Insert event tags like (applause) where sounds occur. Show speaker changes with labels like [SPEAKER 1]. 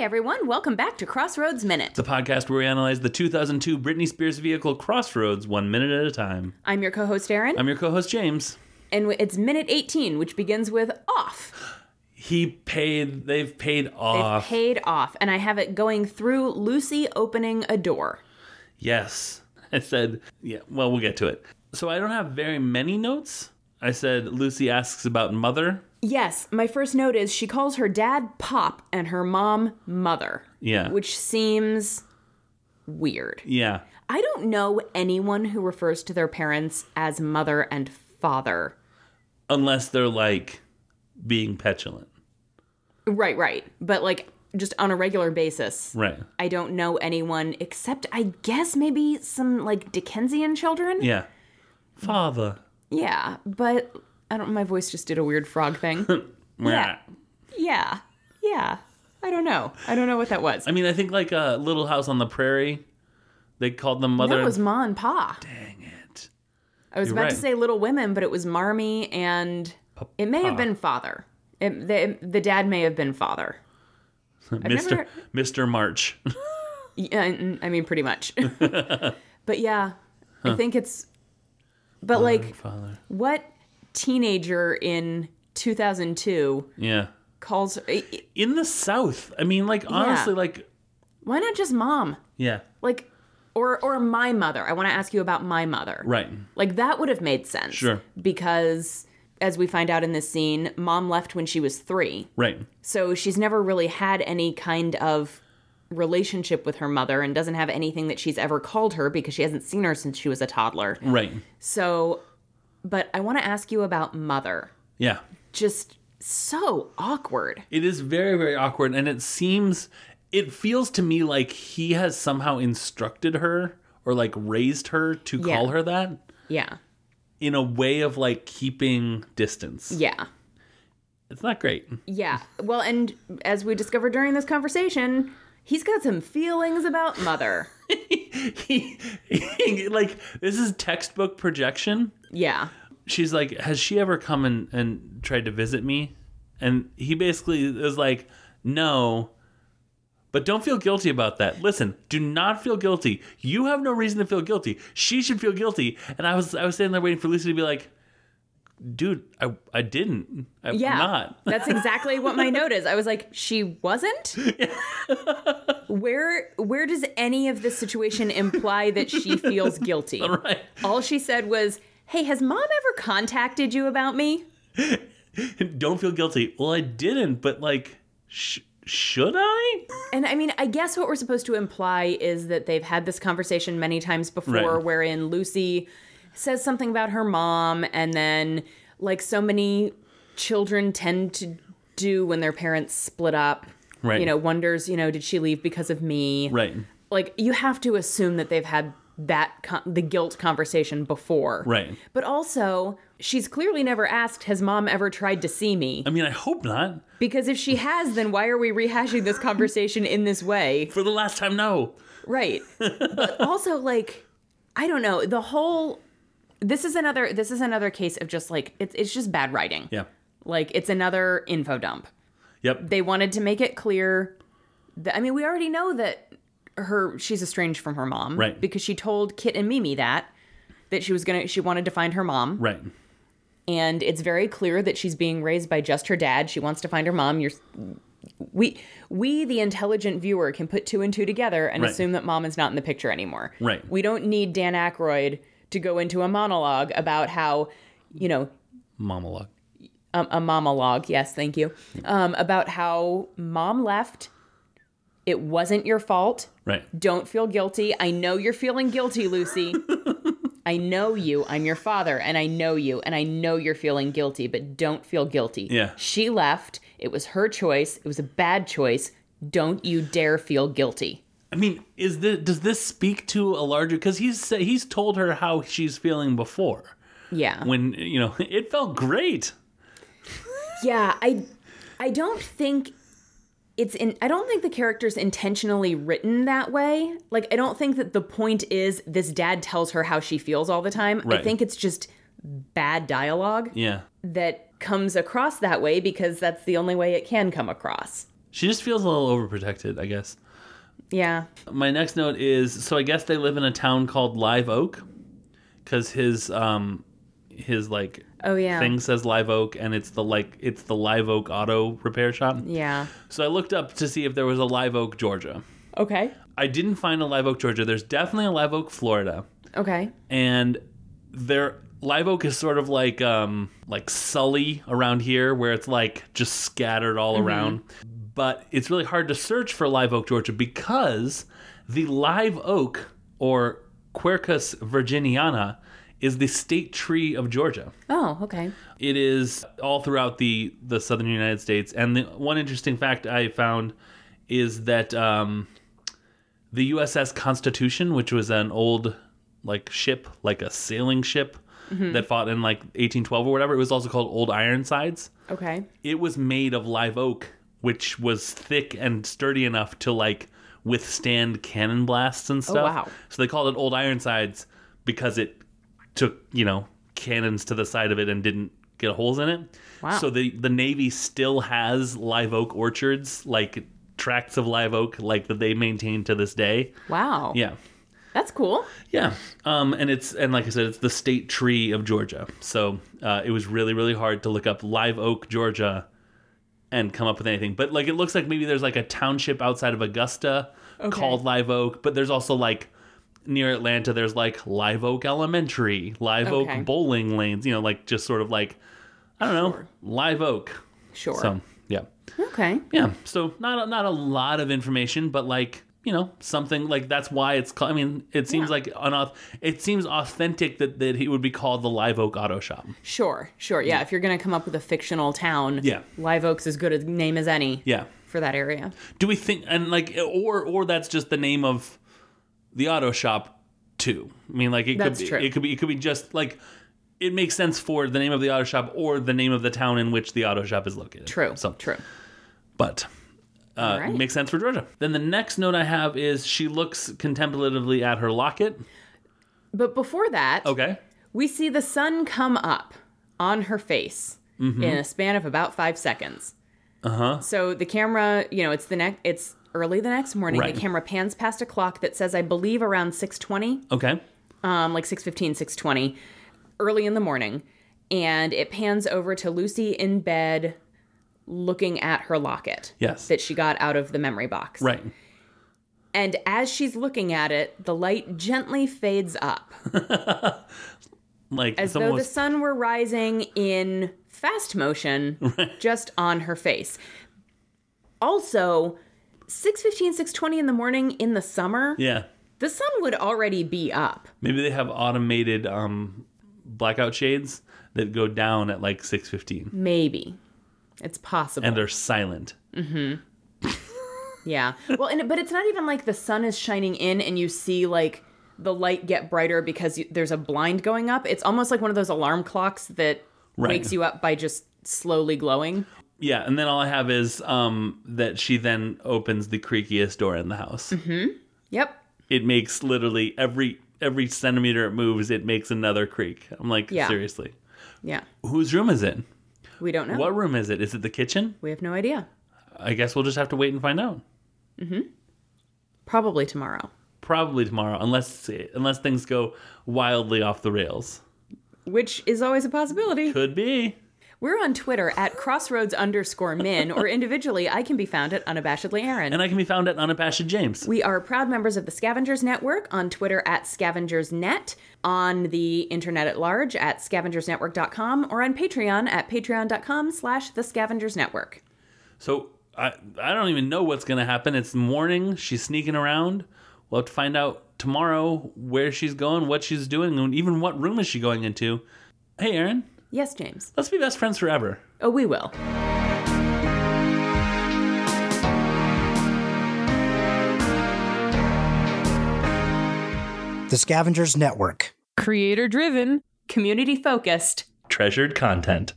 [SPEAKER 1] everyone, welcome back to Crossroads Minute.
[SPEAKER 2] It's a podcast where we analyze the 2002 Britney Spears vehicle Crossroads one minute at a time.
[SPEAKER 1] I'm your co host, Aaron,
[SPEAKER 2] I'm your co host, James.
[SPEAKER 1] and it's minute 18, which begins with off.
[SPEAKER 2] He paid, they've paid
[SPEAKER 1] They've
[SPEAKER 2] off.
[SPEAKER 1] paid off, and I have it going through Lucy opening a door.
[SPEAKER 2] yes. I said, yeah, well, we'll get to it. So I don't have very many notes. I said, Lucy asks about mother.
[SPEAKER 1] Yes, my first note is she calls her dad Pop and her mom Mother,
[SPEAKER 2] Yeah.
[SPEAKER 1] which seems weird.
[SPEAKER 2] yeah.
[SPEAKER 1] I don't know anyone who refers to their parents as mother and father.
[SPEAKER 2] Unless they're like being petulant.
[SPEAKER 1] Right, right. But like just on a regular basis,
[SPEAKER 2] Right.
[SPEAKER 1] I don't know anyone except I guess maybe some like Dickensian children. Yeah,
[SPEAKER 2] Yeah. Father.
[SPEAKER 1] but I don't my voice just did a weird frog
[SPEAKER 2] (laughs)
[SPEAKER 1] thing. Yeah. yeah. Yeah. I don't know. I don't know what that was.
[SPEAKER 2] I mean, I think like a Little House on the Prairie, they called them mother.
[SPEAKER 1] that was Ma and Pa.
[SPEAKER 2] Dang it.
[SPEAKER 1] I was
[SPEAKER 2] You're
[SPEAKER 1] about to
[SPEAKER 2] right.
[SPEAKER 1] say Little Women, but it was Marmy and it may have
[SPEAKER 2] Pa.
[SPEAKER 1] been Father. It, the, the dad may have been Father.
[SPEAKER 2] Mr.
[SPEAKER 1] never-
[SPEAKER 2] Mr. March.
[SPEAKER 1] Yeah, uh, I- I mean, pretty
[SPEAKER 2] (laughs)
[SPEAKER 1] much. but yeah, I think it's. But like,
[SPEAKER 2] Father.
[SPEAKER 1] what teenager in 2002
[SPEAKER 2] Yeah.
[SPEAKER 1] calls? i- i-
[SPEAKER 2] In the South. I mean, like, honestly, like,
[SPEAKER 1] Why not just mom?
[SPEAKER 2] yeah.
[SPEAKER 1] Like, or or my mother. I want to ask you about my mother.
[SPEAKER 2] Right.
[SPEAKER 1] Like that would have made sense.
[SPEAKER 2] Sure.
[SPEAKER 1] Because as we find out in this scene, mom left when she was three.
[SPEAKER 2] Right.
[SPEAKER 1] So she's never really had any kind of relationship with her mother and doesn't have anything that she's ever called her because she hasn't seen her since she was a toddler.
[SPEAKER 2] Right.
[SPEAKER 1] So, but I want to ask you about mother.
[SPEAKER 2] Yeah.
[SPEAKER 1] Just so awkward.
[SPEAKER 2] It is very, very awkward. And it seems, it feels to me like he has somehow instructed her or like raised her to
[SPEAKER 1] Yeah.
[SPEAKER 2] call her that
[SPEAKER 1] Yeah.
[SPEAKER 2] in a way of like keeping distance.
[SPEAKER 1] Yeah.
[SPEAKER 2] It's not great. (laughs)
[SPEAKER 1] Yeah. Well, and as we discovered during this conversation, he's got some feelings about mother.
[SPEAKER 2] he, he, like, this is textbook projection.
[SPEAKER 1] Yeah.
[SPEAKER 2] she's like, "Has she ever come and and tried to visit me?" And he basically is like, "No." But don't feel guilty about that. Listen, do not feel guilty. You have no reason to feel guilty. She should feel guilty. And I was I was standing there waiting for Lucy to be like, "Dude, I I didn't. I, am
[SPEAKER 1] Yeah.
[SPEAKER 2] not." (laughs)
[SPEAKER 1] That's exactly what my note is. I was like, she wasn't? where where does any of this situation imply that she feels guilty?
[SPEAKER 2] (laughs) right.
[SPEAKER 1] All she said was, "Hey, has mom ever contacted you about me?"
[SPEAKER 2] Don't feel guilty. Well, I didn't, but like sh- should I?
[SPEAKER 1] And I mean, I guess what we're supposed to imply is that they've had this conversation many times before,
[SPEAKER 2] Right.
[SPEAKER 1] wherein Lucy says something about her mom, and then, like so many children tend to do when their parents split up,
[SPEAKER 2] Right.
[SPEAKER 1] you know, wonders, you know, did she leave because of me?
[SPEAKER 2] Right.
[SPEAKER 1] Like, you have to assume that they've had that, con- the guilt conversation before.
[SPEAKER 2] Right.
[SPEAKER 1] But also, she's clearly never asked, has mom ever tried to see me?
[SPEAKER 2] I mean, I hope not.
[SPEAKER 1] Because if she has, then why are we rehashing this conversation in this way?
[SPEAKER 2] For the last time, no.
[SPEAKER 1] Right.
[SPEAKER 2] (laughs)
[SPEAKER 1] but also like I don't know, the whole this is another this is another case of just like it's it's just bad writing.
[SPEAKER 2] Yeah.
[SPEAKER 1] Like it's another info dump.
[SPEAKER 2] Yep.
[SPEAKER 1] They wanted to make it clear that I mean, we already know that her she's estranged from her mom
[SPEAKER 2] Right.
[SPEAKER 1] because she told Kit and Mimi that that she was going to she wanted to find her mom
[SPEAKER 2] right.
[SPEAKER 1] and it's very clear that she's being raised by just her dad. She wants to find her mom. You're we we the intelligent viewer can put two and two together and
[SPEAKER 2] Right.
[SPEAKER 1] assume that mom is not in the picture anymore.
[SPEAKER 2] Right.
[SPEAKER 1] We don't need Dan Aykroyd to go into a monologue about how you know
[SPEAKER 2] Monologue.
[SPEAKER 1] a, a monologue. Yes, thank you. Um, about how mom left. It wasn't your fault.
[SPEAKER 2] Right.
[SPEAKER 1] Don't feel guilty. I know you're feeling guilty,
[SPEAKER 2] (laughs)
[SPEAKER 1] Lucy. I know you. I'm your father, and I know you, and I know you're feeling guilty, but don't feel guilty.
[SPEAKER 2] Yeah.
[SPEAKER 1] She left. It was her choice. It was a bad choice. Don't you dare feel guilty.
[SPEAKER 2] I mean, is this does this speak to a larger? Because he's sa- he's told her how she's feeling before
[SPEAKER 1] Yeah.
[SPEAKER 2] when you know (laughs) it felt great.
[SPEAKER 1] Yeah, I I don't think it's in I don't think the character's intentionally written that way. Like I don't think that the point is this dad tells her how she feels all the time. I
[SPEAKER 2] Right.
[SPEAKER 1] think it's just bad dialogue
[SPEAKER 2] Yeah,
[SPEAKER 1] that comes across that way because that's the only way it can come across.
[SPEAKER 2] She just feels a little overprotected, I guess.
[SPEAKER 1] Yeah.
[SPEAKER 2] My next note is so I guess they live in a town called Live Oak because his um his like
[SPEAKER 1] Oh yeah.
[SPEAKER 2] thing says Live Oak and it's the like it's the Live Oak auto repair shop.
[SPEAKER 1] Yeah.
[SPEAKER 2] So I looked up to see if there was a Live Oak, Georgia.
[SPEAKER 1] Okay.
[SPEAKER 2] I didn't find a Live Oak, Georgia. There's definitely a Live Oak, Florida.
[SPEAKER 1] Okay.
[SPEAKER 2] And there Live Oak is sort of like um like Sully around here where it's like just scattered all around. But it's really hard to search for Live Oak, Georgia because the Live Oak or Quercus virginiana is the state tree of Georgia.
[SPEAKER 1] Oh, okay.
[SPEAKER 2] It is all throughout the the southern United States. And the one interesting fact I found is that um, the USS Constitution, which was an old like ship, like a sailing ship that fought in like 1812 or whatever, it was also called Old Ironsides.
[SPEAKER 1] Okay.
[SPEAKER 2] It was made of live oak, which was thick and sturdy enough to like withstand cannon blasts and stuff.
[SPEAKER 1] Oh, wow.
[SPEAKER 2] So they called it Old Ironsides because it took, you know, cannons to the side of it and didn't get holes in it.
[SPEAKER 1] Wow.
[SPEAKER 2] So the the Navy still has live oak orchards, like tracts of live oak, like that they maintain to this day.
[SPEAKER 1] Wow.
[SPEAKER 2] Yeah.
[SPEAKER 1] That's cool.
[SPEAKER 2] Yeah, um, and it's and like I said, it's the state tree of Georgia. So uh, it was really really hard to look up live oak Georgia and come up with anything. But like it looks like maybe there's like a township outside of Augusta called Live Oak, but there's also like near Atlanta there's like Live Oak Elementary, Live
[SPEAKER 1] Okay.
[SPEAKER 2] Oak bowling lanes. You know, like just sort of like I don't know, Live Oak.
[SPEAKER 1] Sure.
[SPEAKER 2] So yeah.
[SPEAKER 1] Okay.
[SPEAKER 2] Yeah. So not a, not a lot of information, but like you know something like that's why it's. Called, I mean, it seems like unoff. It seems authentic that that he would be called the Live Oak Auto Shop.
[SPEAKER 1] Sure. Sure. Yeah. If you're gonna come up with a fictional town,
[SPEAKER 2] Yeah.
[SPEAKER 1] Live Oak's as good a name as any.
[SPEAKER 2] Yeah.
[SPEAKER 1] For that area.
[SPEAKER 2] Do we think and like or or that's just the name of the auto shop too? I mean, like it
[SPEAKER 1] That's
[SPEAKER 2] could be
[SPEAKER 1] true.
[SPEAKER 2] it could be it could be just like. It makes sense for the name of the auto shop or the name of the town in which the auto shop is located.
[SPEAKER 1] True.
[SPEAKER 2] So,
[SPEAKER 1] True.
[SPEAKER 2] but uh,
[SPEAKER 1] All right.
[SPEAKER 2] makes sense for Georgia. Then the next note I have is she looks contemplatively at her locket.
[SPEAKER 1] But before that,
[SPEAKER 2] Okay.
[SPEAKER 1] we see the sun come up on her face
[SPEAKER 2] Mm-hmm.
[SPEAKER 1] in a span of about five seconds.
[SPEAKER 2] Uh-huh.
[SPEAKER 1] Uh huh. So the camera, you know, it's the next, it's early the next morning.
[SPEAKER 2] Right.
[SPEAKER 1] The camera pans past a clock that says, I believe, around six twenty.
[SPEAKER 2] Okay.
[SPEAKER 1] um, like 6.15 6.20 early in the morning and it pans over to lucy in bed looking at her locket
[SPEAKER 2] Yes.
[SPEAKER 1] that she got out of the memory box
[SPEAKER 2] Right.
[SPEAKER 1] and as she's looking at it the light gently fades up
[SPEAKER 2] Like
[SPEAKER 1] as
[SPEAKER 2] someone
[SPEAKER 1] though the
[SPEAKER 2] was
[SPEAKER 1] sun were rising in fast motion just on her face also 6.15 6.20 in the morning in the summer
[SPEAKER 2] Yeah.
[SPEAKER 1] the sun would already be up
[SPEAKER 2] Maybe they have automated um blackout shades that go down at like six fifteen
[SPEAKER 1] maybe it's possible
[SPEAKER 2] and they're silent.
[SPEAKER 1] Yeah. Well, and but it's not even like the sun is shining in and you see like the light get brighter because you, there's a blind going up. It's almost like one of those alarm clocks that
[SPEAKER 2] Right.
[SPEAKER 1] wakes you up by just slowly glowing.
[SPEAKER 2] Yeah, and then all I have is um that she then opens the creakiest door in the house.
[SPEAKER 1] Mm-hmm. Yep.
[SPEAKER 2] It makes literally every every centimeter it moves, it makes another creak. I'm like,
[SPEAKER 1] Yeah.
[SPEAKER 2] seriously.
[SPEAKER 1] Yeah.
[SPEAKER 2] Whose room is it?
[SPEAKER 1] We don't know.
[SPEAKER 2] What room is it? Is it the kitchen?
[SPEAKER 1] We have no idea.
[SPEAKER 2] I guess we'll just have to wait and find out.
[SPEAKER 1] Probably tomorrow.
[SPEAKER 2] Probably tomorrow, unless unless things go wildly off the rails.
[SPEAKER 1] Which is always a possibility.
[SPEAKER 2] Could be.
[SPEAKER 1] We're on Twitter at crossroads underscore min, or individually, I can be found at unabashedly Aaron.
[SPEAKER 2] and I can be found at Unabashed James.
[SPEAKER 1] We are proud members of the Scavengers Network on Twitter at scavengersnet, on the internet at large at scavengersnetwork.com, or on Patreon at patreon.com slash the Scavengers Network.
[SPEAKER 2] So I I don't even know what's gonna happen. It's morning. She's sneaking around. We'll have to find out tomorrow where she's going, what she's doing, and even what room is she going into. Hey, Aaron,
[SPEAKER 1] Yes, James.
[SPEAKER 2] let's be best friends forever.
[SPEAKER 1] Oh, we will.
[SPEAKER 3] The Scavengers Network.
[SPEAKER 4] creator driven.
[SPEAKER 1] Community focused.
[SPEAKER 2] Treasured content.